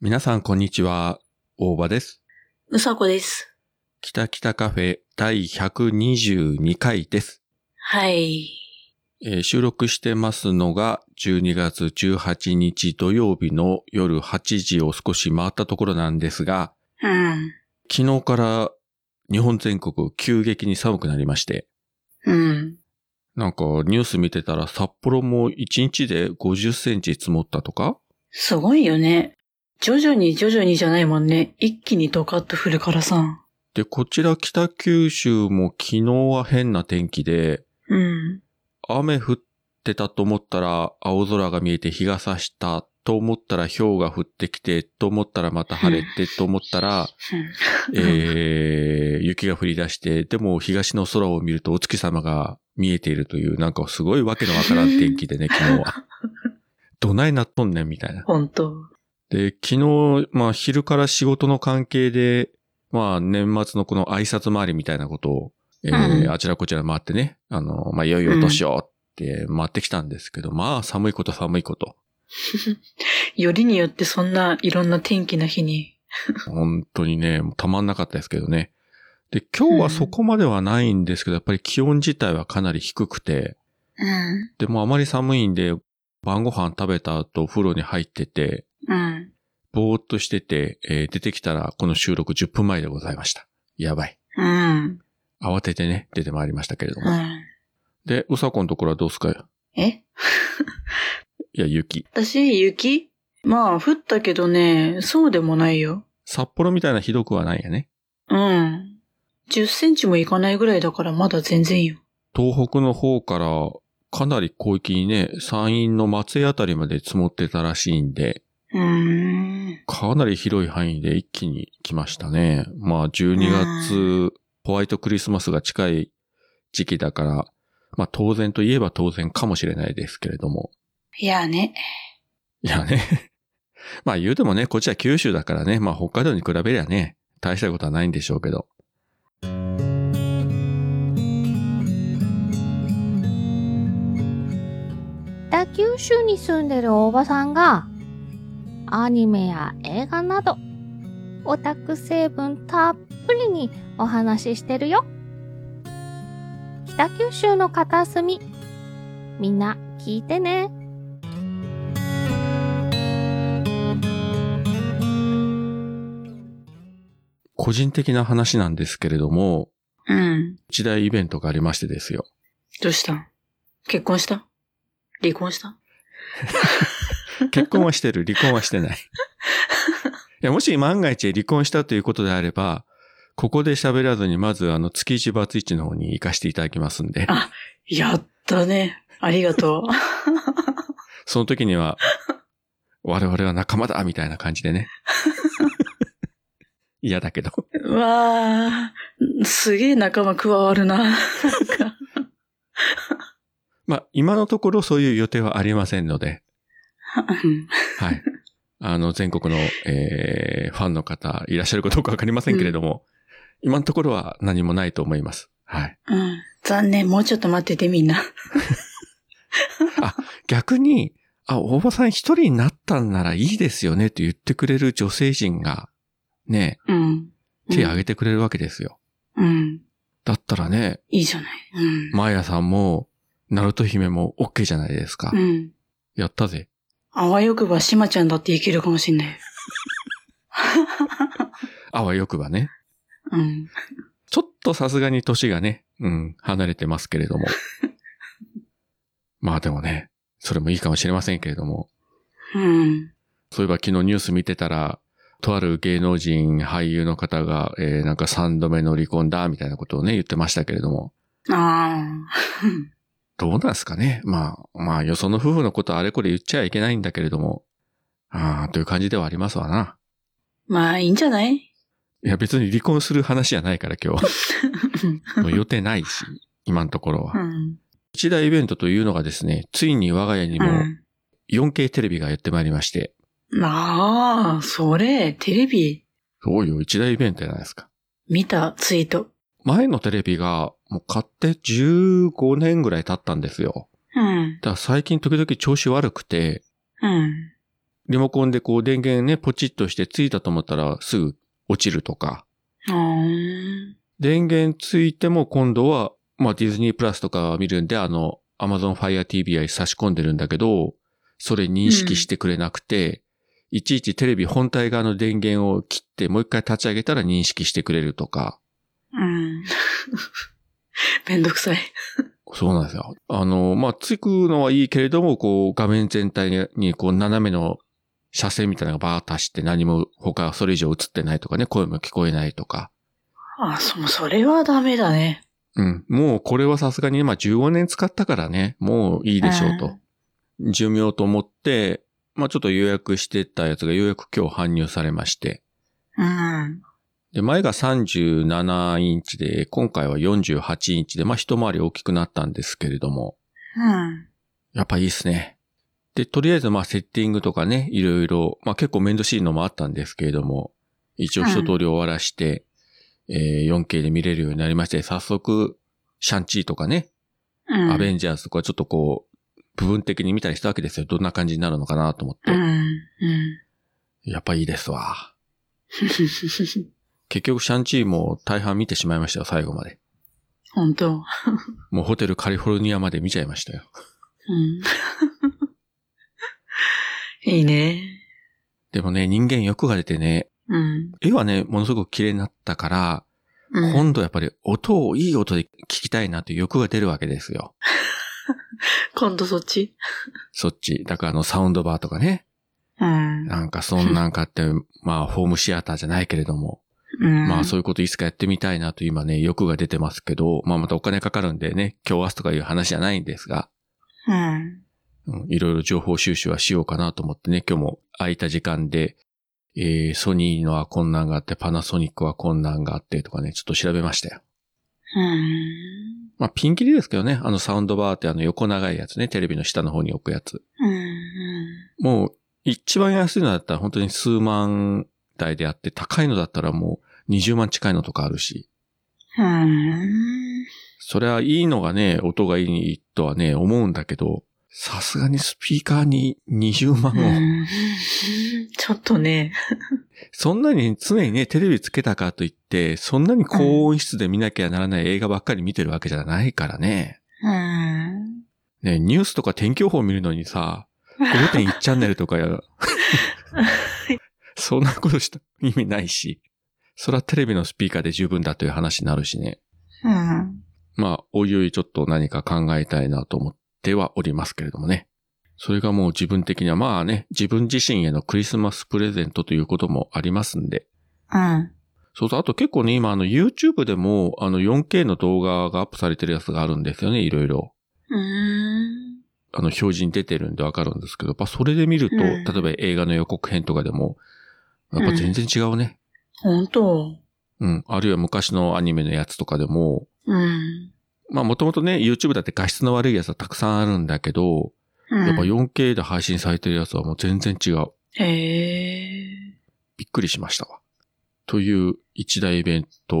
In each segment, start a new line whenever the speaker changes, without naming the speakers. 皆さん、こんにちは。大場です。
うさこです。
北北カフェ第122回です。
はい。
えー収録してますのが12月18日土曜日の夜8時を少し回ったところなんですが、
うん。
昨日から日本全国急激に寒くなりまして、
うん。
なんかニュース見てたら札幌も1日で50センチ積もったとか
すごいよね。徐々に徐々にじゃないもんね。一気にドカッと降るからさ。
で、こちら北九州も昨日は変な天気で、
うん。
雨降ってたと思ったら青空が見えて日が差したと思ったら氷が降ってきてと思ったらまた晴れてと思ったら、えー、雪が降り出して、でも東の空を見るとお月様が見えているという、なんかすごいわけのわからん天気でね、昨日は。どないなっとんねんみたいな。
本当。
で、昨日、まあ昼から仕事の関係で、まあ年末のこの挨拶回りみたいなことを、えー
うん
あちらこちら回ってね、あの、まあいよいよ年をって回ってきたんですけど、まあ寒いこと寒いこと。
よりによってそんないろんな天気な日に。
本当にね、もうたまんなかったですけどね。で、今日はそこまではないんですけど、やっぱり気温自体はかなり低くて、
うん。
でもあまり寒いんで、晩ご飯食べた後お風呂に入ってて、
うん。
ぼーっとしてて、えー出てきたらこの収録10分前でございました。やばい。
うん。
慌ててね、出てまいりましたけれども。
う
で、うさこのところはどうすかよ
ん。え
いや、雪。
私、雪まあ、降ったけどね、そうでもないよ。
札幌みたいなひどくはないよね。
うん。10センチもいかないぐらいだからまだ全然よ。
東北の方から、かなり広域にね、山陰の松江あたりまで積もってたらしいんで、
うーん。
かなり広い範囲で一気に来ましたね。まあ、12月、ホワイトクリスマスが近い時期だから、まあ、当然といえば当然かもしれないですけれども。
いやね。
いやね。 まあ、言うてもね、こっちは九州だからね、まあ、北海道に比べりゃね、大したことはないんでしょうけど。
北九州に住んでるおばさんが、アニメや映画など、オタク成分たっぷりにお話ししてるよ。北九州の片隅、みんな聞いてね。
個人的な話なんですけれども、
うん。
一大イベントがありましてですよ。
どうした結婚した離婚した
結婚はしてる、離婚はしてない。いや、もし万が一離婚したということであれば、ここで喋らずに、まずあの、月一バツイチの方に行かせていただきますんで、
あやったね。ありがとう。
その時には、我々は仲間だみたいな感じでね。嫌だけど。
う わー、すげえ仲間加わるな。なんか
まあ、今のところそういう予定はありませんので、
うん
はい。あの、全国の、えー、ファンの方いらっしゃるかどうかわかりませんけれども、今のところは何もないと思います。はい。
うん。残念。もうちょっと待っててみんな。
逆に、あ、大場さん一人になったんならいいですよねって言ってくれる女性陣が、ね、
うん。
手挙
げ
げてくれるわけですよ。
うん。
だったらね、
いいじゃない。うん。
マーヤさんも、ナルト姫も OK じゃないですか。
うん。
やったぜ。
あわよくばしまちゃんだっていけるかもしんない。
あわよくばね。
うん。
ちょっとさすがに歳がね、うん、離れてますけれども。 まあでもね、それもいいかもしれませんけれども。
うん。
そういえば昨日ニュース見てたら、とある芸能人、俳優の方が、えーなんか3度目の離婚だ、みたいなことをね、言ってましたけれども。
あ
どうなんですかねまあ、まあ、よその夫婦のことあれこれ言っちゃいけないんだけれども。ああ、という感じではありますわな。
ー。まあ、いいんじゃない
いや、別に離婚する話じゃないから今日は。 もう予定ないし、今のところ
う
は。
ん。
一大イベントというのがですね、ついに我が家に
う
も
ん。
4K テレビがやってまいりまして。
ああ、それ、テレビ、
そうよ、一大イベントじゃないですか。
見たツイート。
前のテレビが、もう買って15年ぐらい経ったんですよ。
うん、
だから最近時々調子悪くて、
うん、
リモコンでこう電源ね、ポチッとしてついたと思ったらすぐ落ちるとか、
あー
電源ついても今度は、まあディズニープラスとか見るんで、あの、Amazon Fire TV に差し込んでるんだけど、それ認識してくれなくて、いちいちテレビ本体側の電源を切ってもう一回立ち上げたら認識してくれるとか、
うん。 めんどくさい。
そうなんですよ。あの、まあ、つくのはいいけれども、こう、画面全体に、こう、斜めの車線みたいなのがバーッと走って何も他、それ以上映ってないとかね、声も聞こえないとか。
あ、そう、それはダメだね。
うん。もう、これはさすがに、まあ、15年使ったからね、もういいでしょうと。寿命と思って、まあ、ちょっと予約してたやつがようやく今日搬入されまして。
うん。
で、前が37インチで、今回は48インチで、まあ、一回り大きくなったんですけれども。
うん。
やっぱいいっすね。で、とりあえずまあセッティングとかね、いろいろ、まあ結構面倒しいのもあったんですけれども、一応一通り終わらして、えー 4K で見れるようになりまして、早速、シャンチーとかね、
うん。
アベンジャーズとかちょっとこう、部分的に見たりしたわけですよ。どんな感じになるのかなと思って。
うん。うん。
やっぱいいですわ。結局シャンチーも大半見てしまいましたよ、最後まで。
本当。
もうホテルカリフォルニアまで見ちゃいましたよ。
うん。いいね。
でもね、人間欲が出てね、
うん。
絵はね、ものすごく綺麗になったから、
うん、
今度やっぱり音をいい音で聞きたいなという欲が出るわけですよ。
今度そっち
そっち。だからあのサウンドバーとかね。
うん。
なんかそんなんかって、まあホームシアターじゃないけれども。
うん、
まあそういうこといつかやってみたいなと今ね、欲が出てますけど、まあまたお金かかるんでね、今日明日とかいう話じゃないんですが、
うん。
うんいろいろ情報収集はしようかなと思ってね、今日も空いた時間で、えー、ソニーのはこんなんがあって、パナソニックはこんなんがあってとかね、ちょっと調べましたよ。
うん。
まあピンキリですけどね、あのサウンドバーってあの横長いやつね、テレビの下の方に置くやつ。
うん。
もう、一番安いのだったら本当に数万台であって、高いのだったらもう20万近いのとかあるし、
うん。
それはいいのがね、音がいいとはね、思うんだけど、さすがにスピーカーに20万を、
うんちょっとね。
そんなに常にね、テレビつけたからといって、そんなに高音質で見なきゃならない映画ばっかり見てるわけじゃないからね。
うん。
ね、ニュースとか天気予報見るのにさ、5.1チャンネルとかや、そんなことした意味ないし、そらテレビのスピーカーで十分だという話になるしね。
うん。
まあ、おいおいちょっと何か考えたいなと思ってはおりますけれどもね。それがもう自分的にはまあね、自分自身へのクリスマスプレゼントということもありますんで。
うん。
そうそう、あと結構ね、今あの YouTube でもあの 4K の動画がアップされてるやつがあるんですよね、いろいろ。
うん。
あの、表示に出てるんでわかるんですけど、やっぱそれで見ると、
うん
例えば映画の予告編とかでも、やっぱ全然違うね。
本当。
うん。あるいは昔のアニメのやつとかでも、
うん。
まあもともとね、YouTube だって画質の悪いやつはたくさんあるんだけど、
うん
やっぱ 4K で配信されてるやつはもう全然違う。
へえ。
びっくりしましたわ。という一大イベント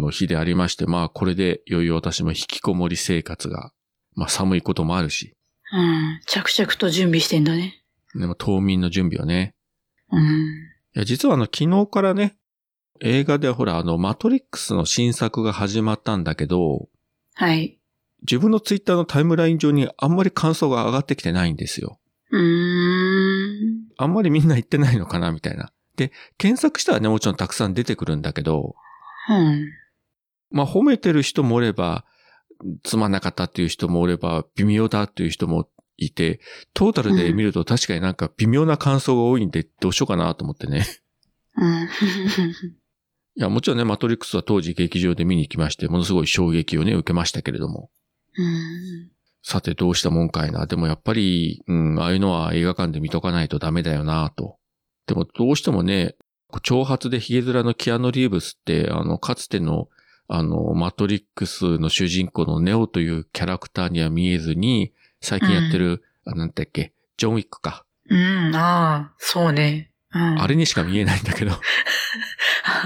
の日でありまして、まあこれでいよいよ私も引きこもり生活が、まあ寒いこともあるし、
うん。着々と準備してんだね。
でも冬眠の準備をね、
うん。
いや、実はあの、昨日からね、映画ではほら、あの、マトリックスの新作が始まったんだけど、
はい。
自分のツイッターのタイムライン上にあんまり感想が上がってきてないんですよ。
うーん。
あんまりみんな言ってないのかな、みたいな。で、検索したらね、もちろんたくさん出てくるんだけど、
うん。
まあ、褒めてる人もおれば、つまんなかったっていう人もおれば、微妙だっていう人もいて、トータルで見ると確かになんか微妙な感想が多いんで、どうしようかなと思ってね。
うん。
いや、もちろんね、マトリックスは当時劇場で見に行きまして、ものすごい衝撃をね、受けましたけれども。
うん。
さて、どうしたもんかいな。でもやっぱり、うん、ああいうのは映画館で見とかないとダメだよなと。でもどうしてもね、長髪でヒゲ面のキアノ・リーブスって、あの、かつての、あの、マトリックスの主人公のネオというキャラクターには見えずに、最近やってる、あなんだっけ、ジョン・ウィックか。
うん。ああ、そうね。うん。
あれにしか見えないんだけど、
あ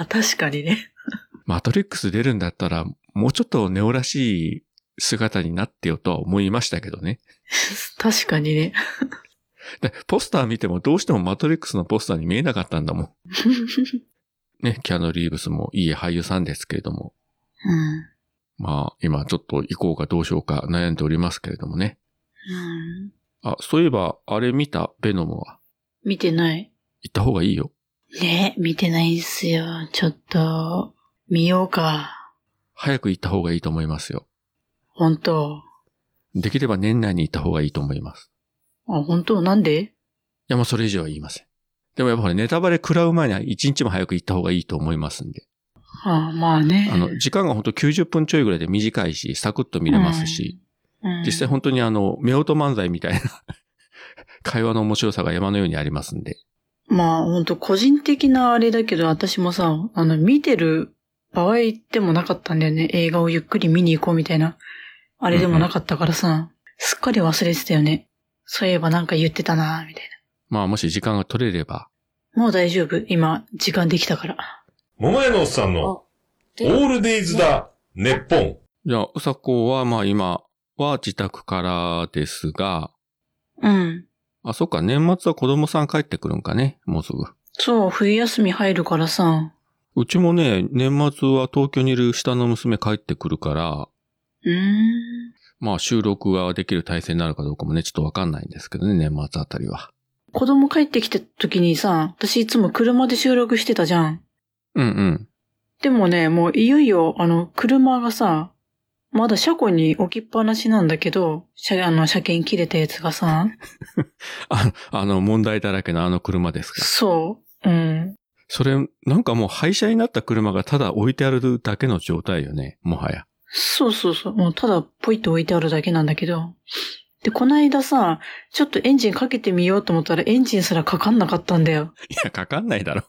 あ確かにね。
マトリックス出るんだったら、もうちょっとネオらしい姿になってよとは思いましたけどね。
確かにね。
で、ポスター見てもどうしてもマトリックスのポスターに見えなかったんだもん。ね、キャノリーブスもいい俳優さんですけれども。
うん。
まあ、今ちょっと行こうかどうしようか悩んでおりますけれどもね。
うん。
あ、そういえば、あれ見たベノムは。
見てない。
行った方がいいよ。
ね、見てないんすよ。ちょっと、見ようか。
早く行った方がいいと思いますよ。
本当
できれば年内に行った方がいいと思います。
あ、本当なんで
いや、もうそれ以上は言いません。でもやっぱほらネタバレ食らう前には一日も早く行った方がいいと思いますんで。
あまあね。
あの、時間がほんと90分ちょいぐらいで短いし、サクッと見れますし、
うん、
実際本当にあの、夫婦漫才みたいな 会話の面白さが山のようにありますんで。
まあ本当個人的なあれだけど、私もさ、あの、見てる場合でもなかったんだよね。映画をゆっくり見に行こうみたいな。あれでもなかったからさ、すっかり忘れてたよね。そういえばなんか言ってたな、みたい
まあもし時間が取れれば、
な。もう大丈夫。今、時間できたから。
桃屋のおっさんの、オールデイズだ、ネッポン。
じゃあ、うさこはまあ今は自宅からですが、
うん。
あ、そっか、年末は子供さん帰ってくるんかね、もうすぐ。
そう、冬休み入るからさ。
うちもね、年末は東京にいる下の娘帰ってくるから、
うーん。
まあ収録ができる体制になるかどうかもね、ちょっとわかんないんですけどね、年末あたりは。
子供帰ってきた時にさ、私いつも車で収録してたじゃん。
うんうん。
でもね、もういよいよ、あの、車がさ、まだ車庫に置きっぱなしなんだけど、車、あの、車検切れたやつがさ、
あ あの、問題だらけのあの車ですか。
そう、うん。
それ、なんかもう廃車になった車がただ置いてあるだけの状態よね、もはや。
そうそうそう、もうただポイッと置いてあるだけなんだけど。で、こないださ、ちょっとエンジンかけてみようと思ったらエンジンすらかかんなかったんだよ。
いや、かかんないだろ。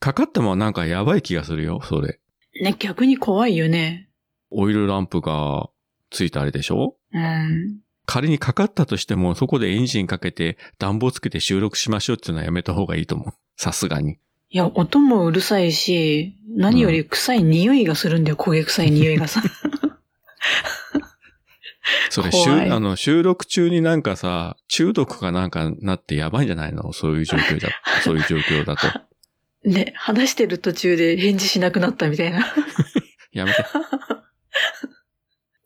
かかってもなんかやばい気がするよ、それ。
ね、逆に怖いよね。
オイルランプがついたあれでしょ
うん。
仮にかかったとしても、そこでエンジンかけて暖房つけて収録しましょうっていうのはやめた方がいいと思う。さすがに。
いや、音もうるさいし、何より臭い匂いがするんだよ、焦げ臭い匂いがさ。
それ、
怖い
収あの収録中になんかさ、中毒かなんかなってやばいんじゃないのそういう状況だ、そういう状況だと。
ね、話してる途中で返事しなくなったみたいな。
やめて。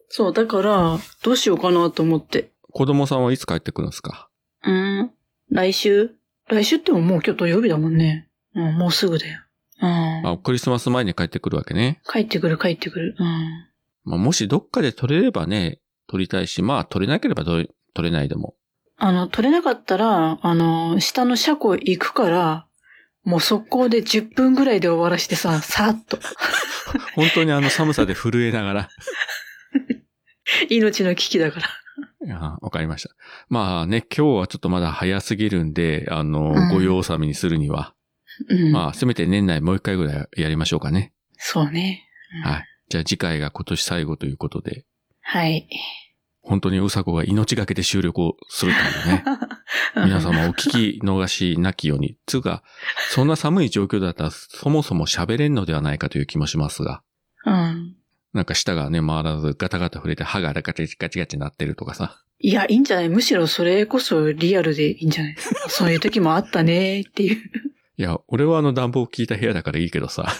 そう、だから、どうしようかなと思って。
子供さんはいつ帰ってくるんですか
うん。来週来週ってももう今日土曜日だもんね。うん、もうすぐだよ。うん。
あ、クリスマス前に帰ってくるわけね。
帰ってくる、帰ってくる。うん。
まあ、もしどっかで撮れればね、撮りたいし、まあ、撮れなければ撮れ撮れないでも。
あの、取れなかったら、あの、下の車庫行くから、もう速攻で10分ぐらいで終わらしてさ、さらっ と。
本当にあの寒さで震えながら。
命の危機だから。
いやわかりました。まあね、今日はちょっとまだ早すぎるんで、あの、
うん
ご用納めにするには、
うん。
まあ、せめて年内もう一回ぐらいやりましょうかね。
そうね。
はい。じゃあ次回が今年最後ということで、
はい。
本当にうさこが命がけで収録をするというね。皆
うん。
様お聞き逃しなきように。つうか、そんな寒い状況だったらそもそも喋れんのではないかという気もしますが、
うん。
なんか舌がね、回らずガタガタ触れて歯がガチガチガチなってるとかさ。
いや、いいんじゃないむしろそれこそリアルでいいんじゃないそういう時もあったねーっていう。
いや、俺はあの暖房効いた部屋だからいいけどさ。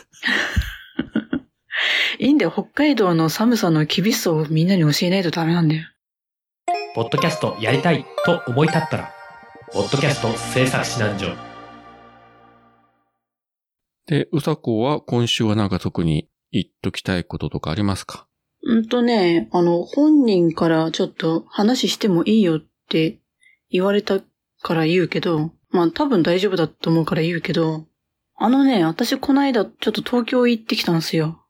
いいんだよ。北海道の寒さの厳しさをみんなに教えないとダメなんだよ。
ポッドキャストやりたいと思い立ったら、ポッドキャスト制作指南所。
で、うさこは今週はなんか特に言っときたいこととかありますか
うんとね、あの、本人からちょっと話してもいいよって言われたから言うけど、まあ多分大丈夫だと思うから言うけど、あのね、私この間ちょっと東京行ってきたんですよ。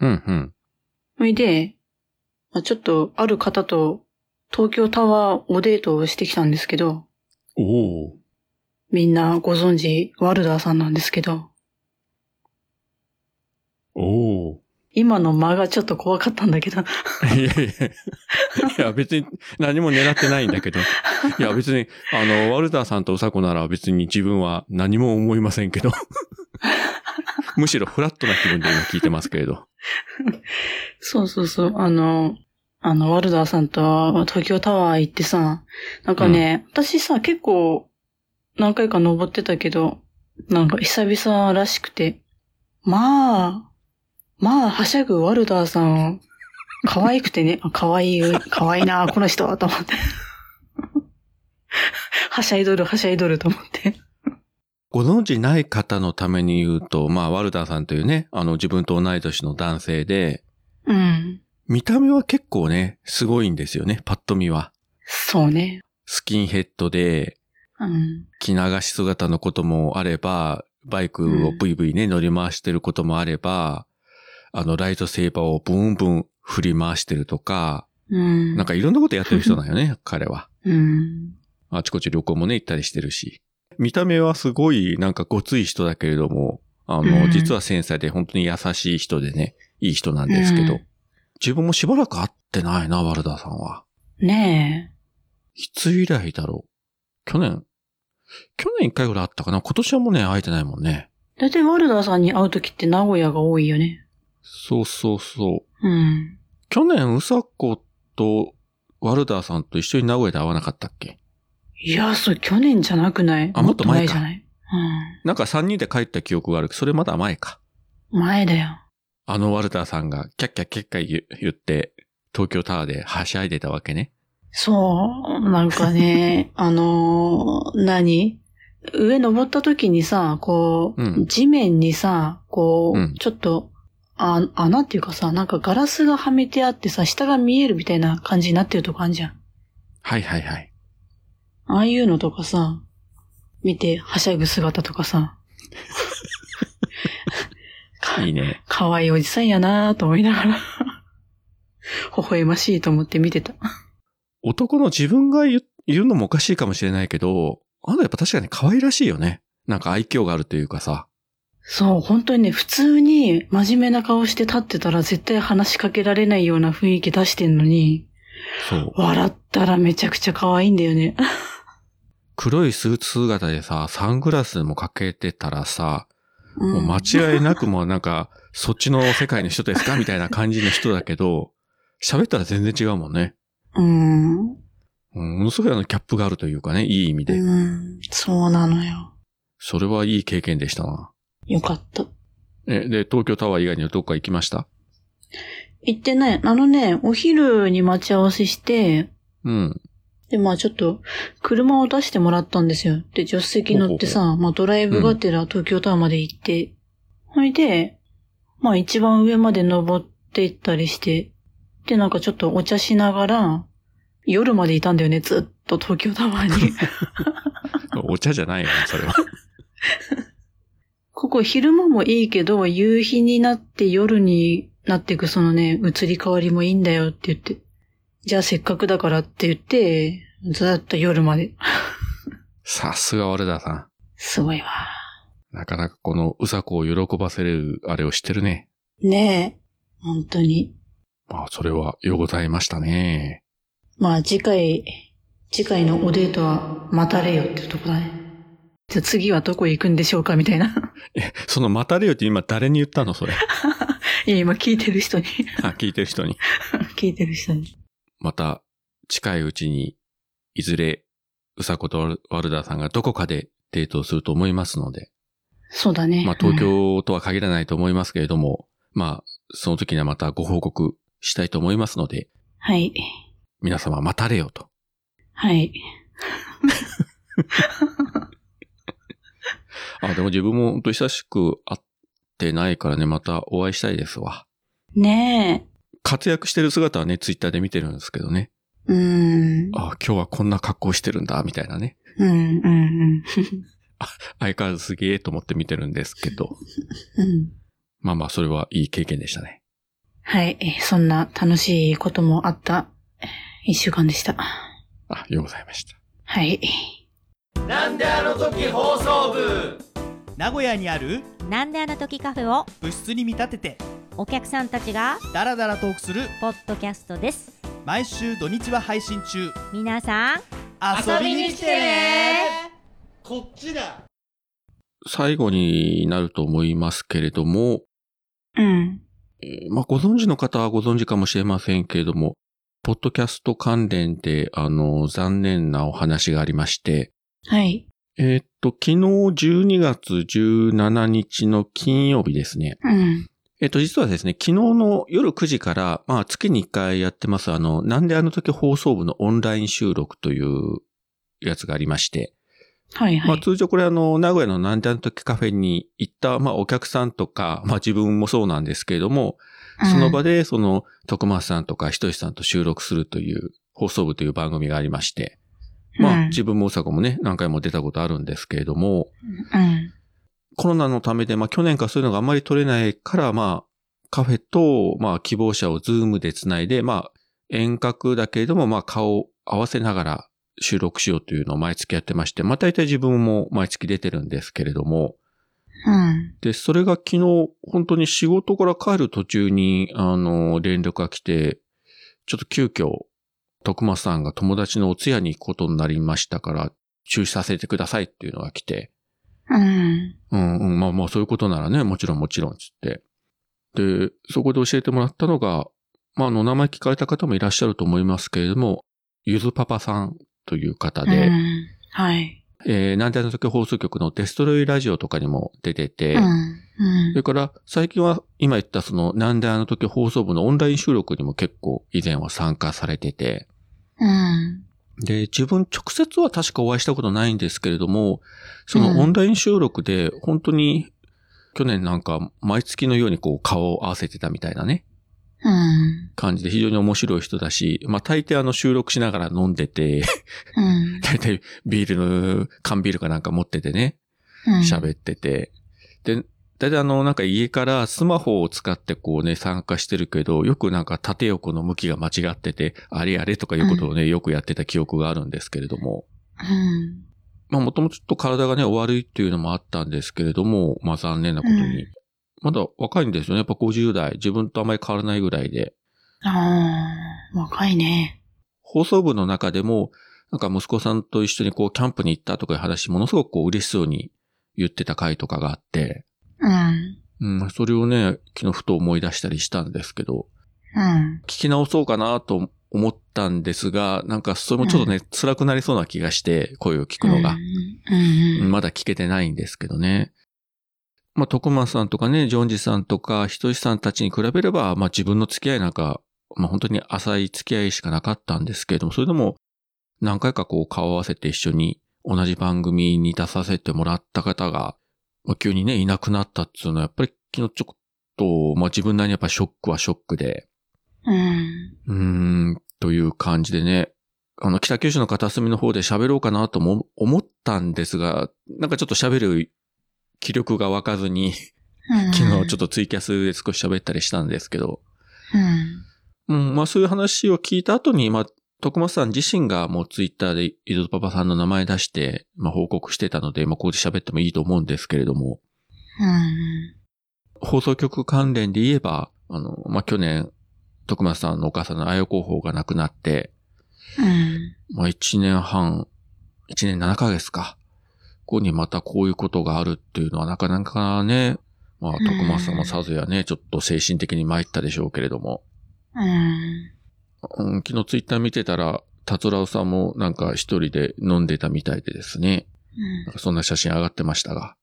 うんうん。
それで、まあ、ちょっとある方と東京タワーおデートをしてきたんですけど、
おお。
みんなご存知、ワルダーさんなんですけど、
おお。
今の間がちょっと怖かったんだけど、
いやいやいや、別に何も狙ってないんだけど。いや、別に、あの、ワルダーさんとうさこなら別に自分は何も思いません けど。むしろフラットな気分で今聞いてますけれど。
そうそうそう、あの、あの、ワルダーさんと東京タワー行ってさ、なんかね、私さ、結構、何回か登ってたけど、なんか久々らしくて、まあ、まあ、はしゃぐワルダーさん、可愛くてね、あ可愛い、可愛いな、この人は、と思って。 はしゃいどる、はしゃいどると思って。
ご存知ない方のために言うと、まあ、ワルダーさんというね、あの、自分と同い年の男性で、
うん。
見た目は結構ね、すごいんですよね、パッと見は。
そうね。
スキンヘッドで、
うん。
着流し姿のこともあれば、バイクをブイブイね、乗り回してることもあれば、あの、ライトセーバーをブンブン振り回してるとか、
うん。
なんかいろんなことやってる人なんよ ね、彼は。
うん。
あちこち旅行もね、行ったりしてるし。見た目はすごい、なんかごつい人だけれども、あの、
うん
実は繊細で本当に優しい人でね、いい人なんですけど、
うん
自分もしばらく会ってないな、ワルダーさんは。
ね
いつ以来だろう。去年、去年一回ぐらい会ったかな。今年はもうね、会えてないもんね。
え。だいたいワルダーさんに会うときって名古屋が多いよね。
そうそうそう。
うん。
去年、うさことワルダーさんと一緒に名古屋で会わなかったっけ
いや、それ去年じゃなくない
あもっと前か
じゃない
なんか3人で帰った記憶があるけど、それまだ前か。
うん。前だよ。
あのワルダーさんがキャッキャッキャッキャ言う言って、東京タワーではしゃいでたわけね。
そう、なんか ね、あのー何上登った時にさ、こう、
うん
地面にさ、こう、
うん
ちょっと、あ、穴っていうかさ、なんかガラスがはめてあってさ、下が見えるみたいな感じになってるとこあんじゃん。
はいはいはい。
ああいうのとかさ、見て、はしゃぐ姿とかさ、 か
いいね。
かわいいおじさんやなぁと思いながら、微笑ましいと思って見てた。
男の自分が言う言うのもおかしいかもしれないけど、あのやっぱ確かに可愛らしいよね。なんか愛嬌があるというかさ。
そう、本当にね、普通に真面目な顔して立ってたら絶対話しかけられないような雰囲気出してんのに、
そう。
笑ったらめちゃくちゃ可愛いんだよね。
黒いスーツ姿でさ、サングラスもかけてたらさ、もう間
い。
違いなくもうなんか、そっちの世界の人ですかみたいな感じの人だけど、 喋ったら全然違うもんね。
うん。
うんものすごいあのキャップがあるというかね、いい意味で。
うん。そうなのよ。
それはいい経験でしたな。
よかった。
え、で、東京タワー以外にはどっか行きました
行ってね、あのね、お昼に待ち合わせして、
うん。
で、まあちょっと、車を出してもらったんですよ。で、助手席乗ってさ、まあドライブがてら東京タワーまで行って、ほいで、まあ一番上まで登って行ったりして、で、なんかちょっとお茶しながら、夜までいたんだよね、ずっと東京タワーに。
お茶じゃないよね、それは。
ここ昼間もいいけど、夕日になって夜になってくそのね、移り変わりもいいんだよって言って、じゃあせっかくだからって言って、ずっと夜まで。
さすが我田さん。
すごいわ。
なかなかこのうさこを喜ばせるあれをしてるね。
ねえ。本当に。
まあ、それはようございましたね。
まあ次回、次回のおデートは待たれよっていうとこだね。じゃあ次はどこ行くんでしょうかみたいな。
え、そのまたれよって今誰に言ったのそれ。
いや、今聞いてる人に。
あ聞いてる人に。
聞いてる人に。
また近いうちに、いずれ、うさことワルダーさんがどこかでデートをすると思いますので、
そうだね。
まあ東京とは限らないと思いますけれども、まあその時にはまたご報告したいと思いますので、
はい。
皆様待たれよと。
はい。
あ、でも自分も本当久しく会ってないからね、またお会いしたいですわ。
ね
活躍してる姿はね、ツイッターで見てるんですけどね。
え。うーん。
あ、今日はこんな格好してるんだ、みたいなね。
うん、うん、
相変わらずすげえと思って見てるんですけど。
うん。うん。
まあまあ、それはいい経験でしたね。
はい。えーそんな楽しいこともあったえー一週間でした。
あ、ようございました。
はい。
名古屋にある
なんであの時カフェを
部室に見立てて
お客さんたちが
ダラダラトークする
ポッドキャストです
毎週土日は配信中
皆さん
遊びに来てねこっちだ
最後になると思いますけれども、
うん。
えーまあ、ご存知の方はご存知かもしれませんけれども、ポッドキャスト関連で、あの、残念なお話がありまして、
はい。
えーっと、昨日12月17日の金曜日ですね。
うん。
えっと、実はですね、昨日の夜9時から、まあ、月に1回やってます、あの、なんであの時放送部のオンライン収録というやつがありまして、
はいは
まあ、
い。
通常これあの、名古屋のなんであの時カフェに行った、まあ、お客さんとか、まあ、自分もそうなんですけれども、その場
で。
で、その、徳松さんとかひとしさんと収録するという、放送部という番組がありまして、ま
う
あ、
ん
自分も大阪もね、何回も出たことあるんですけれども、
うん。
コロナのためで、まあ去年からそういうのがあんまり取れないから、まあカフェと、まあ希望者をズームでつないで、まあ遠隔だけれども、まあ顔を合わせながら収録しようというのを毎月やってまして、まあ大体自分も毎月出てるんですけれども、
うん。
で、それが昨日、本当に仕事から帰る途中に、あの、連絡が来て、ちょっと急遽、徳松さんが友達のお通夜に行くことになりましたから、中止させてくださいっていうのが来て、
うん。
うんうん、まあまあそういうことならね、もちろんもちろんつって。で、そこで教えてもらったのが、まああの、お名前聞かれた方もいらっしゃると思いますけれども、ゆずパパさんという方で、
うんはい。
えー、なんであの時放送局のデストロイラジオとかにも出てて、
うん。
そうれから最近は今言ったその、なんであの時放送部のオンライン収録にも結構以前は参加されてて、
ん。うん。
で、自分直接は確かお会いしたことないんですけれども、そ
うん
のオンライン収録で本当に去年なんか毎月のようにこう顔を合わせてたみたいなね、
うん。
感じで非常に面白い人だし、まあ大抵あの収録しながら飲んでて、
うん。
大体ビールの、缶ビールかなんか持っててね、
うん
喋ってて。で、大体あの、なんか家からスマホを使ってこうね、参加してるけど、よくなんか縦横の向きが間違ってて、あれあれとかいうことをね、よくやってた記憶があるんですけれども。
うん。
まあ、もともとちょっと体がね、お悪いっていうのもあったんですけれども、まあ、残念なことに。
うん
まだ若いんですよね。やっぱ50代。自分とあまり変わらないぐらいで。
ああ、若いね。
放送部の中でも、なんか息子さんと一緒にこう、キャンプに行ったとかいう話、ものすごくこう、嬉しそうに言ってた回とかがあって、
うん。
うん、それをね、昨日ふと思い出したりしたんですけど、
うん。
聞き直そうかなと思ったんですが、なんかそれもちょっとね、辛くなりそうな気がして、声を聞くのが。
うん。うんうん。
まだ聞けてないんですけどね。まあ、徳間さんとかね、ジョンジさんとか、ひとしさんたちに比べれば、まあ自分の付き合いなんか、まあ本当に浅い付き合いしかなかったんですけれども、それでも何回かこう顔を合わせて一緒に同じ番組に出させてもらった方が、まあ、急にね、いなくなったっていうのはやっぱり昨日ちょっと、まあ自分なりにやっぱショックはショックで、
うん。
うーん、という感じでね。あの、北九州の片隅の方で喋ろうかなとも思ったんですが、なんかちょっと喋る気力が湧かずに、昨日ちょっ
と。
とツイキャスで少し喋ったりしたんですけど、
うん。
うん、まあそういう話を聞いた後に、まあ、徳松さん自身がもうツイッターで井戸パパさんの名前出して、まあ報告してたので、まあここで喋ってもいいと思うんですけれども、
うん。
放送局関連で言えば、あの、まあ去年、徳松さんのお母さんのあや広報が亡くなって、
うん。
まあ一年半、一年七ヶ月か。ここにまたこういうことがあるっていうのはなかなかね、まあ
うん
徳松さんもさぞやね、ちょっと精神的に参ったでしょうけれども。
うん。
うん、昨日ツイッター見てたら、達郎さんもなんか一人で飲んでたみたいでですね。なんかそんな写真上がってましたが。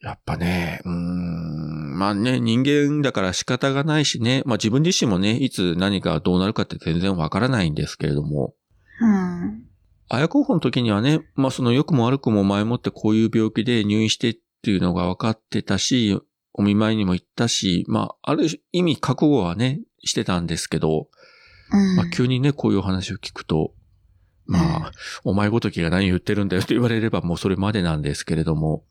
やっぱね、うーん、まあね、人間だから仕方がないしね、まあ自分自身もね、いつ何がどうなるかって全然わからないんですけれども、
うん。
綾候補の時にはね、まあその良くも悪くも前もってこういう病気で入院してっていうのが分かってたし、お見舞いにも行ったし、まあある意味覚悟はね、してたんですけど、
うん。
まあ急にね、こういうお話を聞くと、まあ、お前ごときが何言ってるんだよって言われればもうそれまでなんですけれども、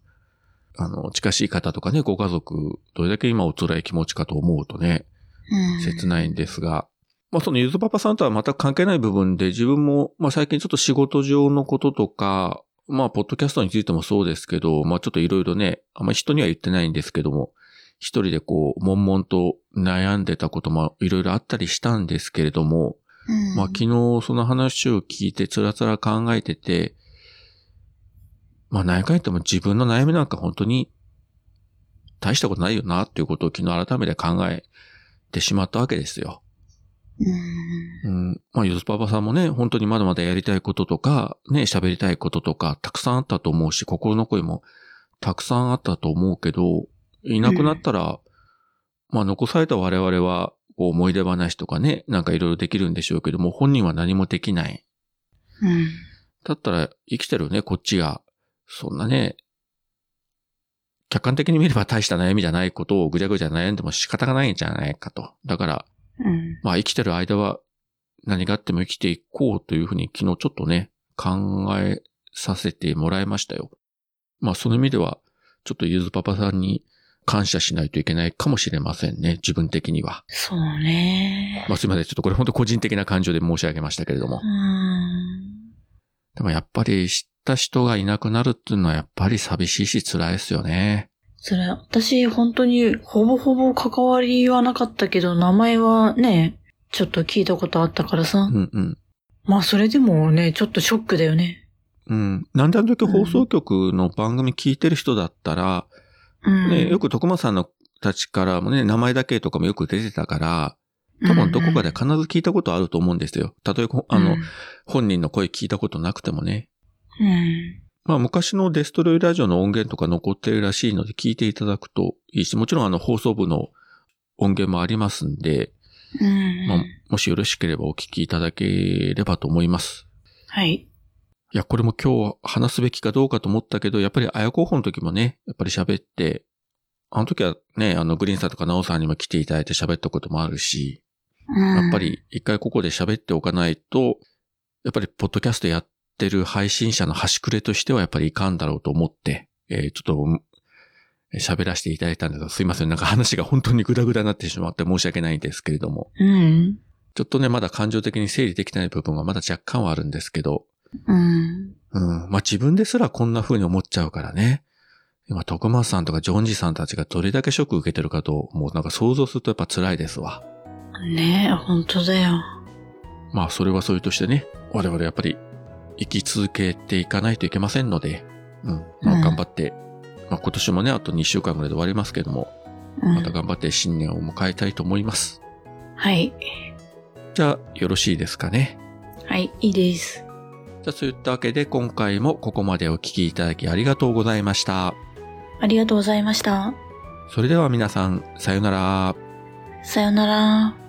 あの、近しい方とかね、ご家族、どれだけ今お辛い気持ちかと思うとね、
うん
切ないんですが、まあそのゆずパパさんとは全く関係ない部分で自分も、まあ最近ちょっと仕事上のこととか、まあポッドキャストについてもそうですけど、まあちょっといろいろね、あんまり人には言ってないんですけども、一人でこう、悶々と悩んでたこともいろいろあったりしたんですけれども、
うん
まあ昨日その話を聞いてつらつら考えてて、まあ何回言っても自分の悩みなんか本当に大したことないよなっていうことを昨日改めて考えてしまったわけですよ。
うん。
うん。まあ、ヨスパパさんもね、本当にまだまだやりたいこととか、ね、喋りたいこととか、たくさんあったと思うし、心の声もたくさんあったと思うけど、いなくなったら、まあ、残された我々は、こう思い出話とかね、なんかいろいろできるんでしょうけども、本人は何もできない。
うん。
だったら、生きてるよね、こっちが。そんなね、客観的に見れば大した悩みじゃないことをぐちゃぐちゃ悩んでも仕方がないんじゃないかと。だから、
うん。
まあ生きてる間は何があっても生きていこうというふうに昨日ちょっとね、考えさせてもらいましたよ。まあその意味では、ちょっとゆずパパさんに感謝しないといけないかもしれませんね、自分的には。
そうね。
まあすいません、ちょっとこれ本当個人的な感情で申し上げましたけれども
う。ん。
でもやっぱり知った人がいなくなるっていうのはやっぱり寂しいし辛いですよね。
それ、私、本当に、ほぼほぼ関わりはなかったけど、名前はね、ちょっと聞いたことあったからさ。
うんうん。
まあ、それでもね、ちょっとショックだよね。
うん。なんであの時放送局の番組聞いてる人だったら、
うん。
ね、よく徳間さんのたちからもね、名前だけとかもよく出てたから、多分どこかで必ず聞いたことあると思うんですよ。たとえこ、あの、
うん
本人の声聞いたことなくてもね。
うん。
まあ昔のデストロイラジオの音源とか残ってるらしいので聞いていただくといいし、もちろんあの放送部の音源もありますんで、
うん。
まあもしよろしければお聞きいただければと思います。
はい。
いや、これも今日話すべきかどうかと思ったけど、やっぱりあや候補の時もね、やっぱり喋って、あの時はね、あのグリーンさんとかナオさんにも来ていただいて喋ったこともあるし、や
や
っぱ。り一回ここで喋っておかないと、やっぱりポッドキャストやってる配信者の端くれとしてはやっぱりいかんだろうと思って、えーちょっとえー喋らせていただいたんですが、すいません。なんか話が本当にグダグダになってしまって申し訳ないんですけれども、
うん。
ちょっとね、まだ感情的に整理できない部分がまだ若干はあるんですけど、
うん。
うん。まあ自分ですらこんな風に思っちゃうからね。今、徳松さんとかジョンジさんたちがどれだけショック受けてるかと、もうなんか想像するとやっぱ辛いですわ。
ねえ、本当だよ。
まあそれはそれとしてね、我々やっぱり生き続けていかないといけませんので、うん。ま
う
あ
ん
頑張って、まあ今年もね、あと2週間ぐらいで終わりますけども、
うん
また頑張って新年を迎えたいと思います。
はい。
じゃあよろしいですかね。
はい、いいです。
じゃあそういったわけで今回もここまでお聞きいただきありがとうございました。
ありがとうございました。
それでは皆さん、さようなら。
さよなら。